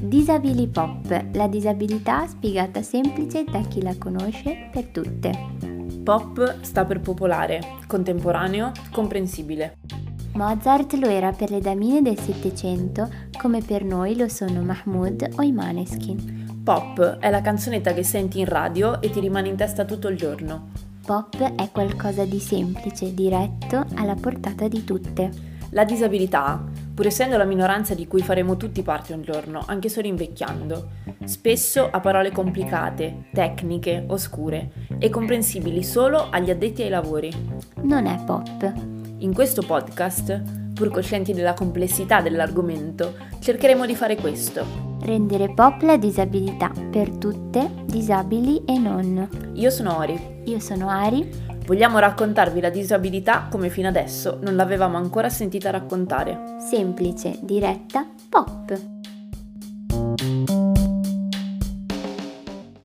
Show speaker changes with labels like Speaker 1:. Speaker 1: Disabili Pop, la disabilità spiegata semplice da chi la conosce per tutte.
Speaker 2: Pop sta per popolare, contemporaneo, comprensibile.
Speaker 1: Mozart lo era per le damine del Settecento come per noi lo sono Mahmoud o i Maneskin.
Speaker 2: Pop è la canzonetta che senti in radio e ti rimane in testa tutto il giorno.
Speaker 1: Pop è qualcosa di semplice, diretto, alla portata di tutte.
Speaker 2: La disabilità, pur essendo la minoranza di cui faremo tutti parte un giorno, anche solo invecchiando, spesso ha parole complicate, tecniche, oscure e comprensibili solo agli addetti ai lavori.
Speaker 1: Non è pop.
Speaker 2: In questo podcast, pur coscienti della complessità dell'argomento, cercheremo di fare questo.
Speaker 1: Rendere pop la disabilità per tutte, disabili e non.
Speaker 2: Io sono Ori.
Speaker 1: Io sono Ari,
Speaker 2: Vogliamo raccontarvi la disabilità come fino adesso non l'avevamo ancora sentita raccontare.
Speaker 1: semplice, diretta, pop.